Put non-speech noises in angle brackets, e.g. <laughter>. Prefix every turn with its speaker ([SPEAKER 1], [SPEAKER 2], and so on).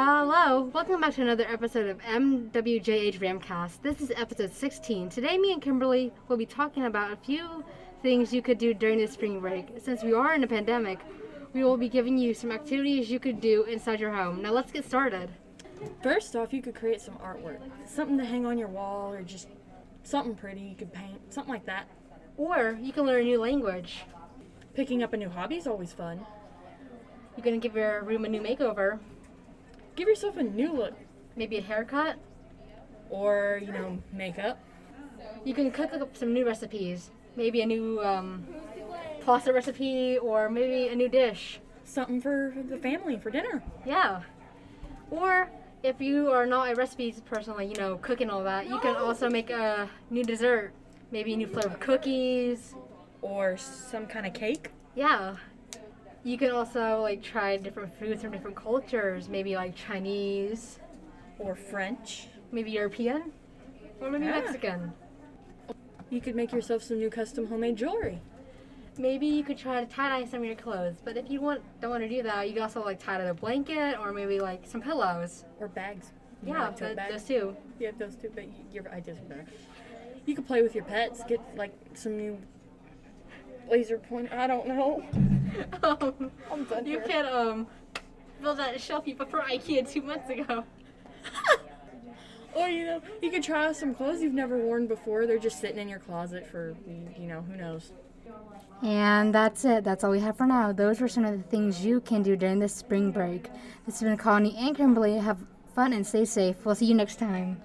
[SPEAKER 1] Hello, welcome back to another episode of MWJH Ramcast. This is episode 16. Today, me and Kimberly will be talking about a few things you could do during the spring break. Since we are in a pandemic, we will be giving you some activities you could do inside your home. Now, let's get started.
[SPEAKER 2] First off, you could create some artwork, something to hang on your wall, or just something pretty you could paint, something like that.
[SPEAKER 1] Or you can learn a new language.
[SPEAKER 2] Picking up a new hobby is always fun.
[SPEAKER 1] You can give your room a new makeover,
[SPEAKER 2] Give yourself a new look,
[SPEAKER 1] maybe a haircut.
[SPEAKER 2] or you know, makeup.
[SPEAKER 1] You can cook up some new recipes, maybe a new um, pasta recipe or maybe a new dish.
[SPEAKER 2] Something for the family for dinner.
[SPEAKER 1] Yeah. Or if you are not a recipes person, like, you know, cooking all that, you can also make a new dessert. Maybe a new flavor of cookies.
[SPEAKER 2] Or some kind of cake.
[SPEAKER 1] Yeah. You can also like try different foods from different cultures, maybe like Chinese,
[SPEAKER 2] Or French.
[SPEAKER 1] maybe European, or maybe
[SPEAKER 2] Yeah.
[SPEAKER 1] Mexican.
[SPEAKER 2] You could make yourself some new custom homemade jewelry.
[SPEAKER 1] Maybe you could try to tie dye some of your clothes, but if you want don't want to do that, you can also like tie dye a blanket or maybe like some pillows.
[SPEAKER 2] Or bags. You know,
[SPEAKER 1] Yeah,
[SPEAKER 2] like tote
[SPEAKER 1] th-
[SPEAKER 2] bags.
[SPEAKER 1] those too.
[SPEAKER 2] You have those two, but y- your ideas are better. You could play with your pets, get like some new laser point. I don't know.
[SPEAKER 1] <laughs> Um,
[SPEAKER 2] I'm done
[SPEAKER 1] You
[SPEAKER 2] here.
[SPEAKER 1] can um build that shelf you bought for IKEA two months ago.
[SPEAKER 2] Or you know, you could try out some clothes you've never worn before. They're just sitting in your closet for you know who knows.
[SPEAKER 1] And that's it. That's all we have for now. Those were some of the things you can do during this spring break. This has been Colony and Kimberly. Have fun and stay safe. We'll see you next time.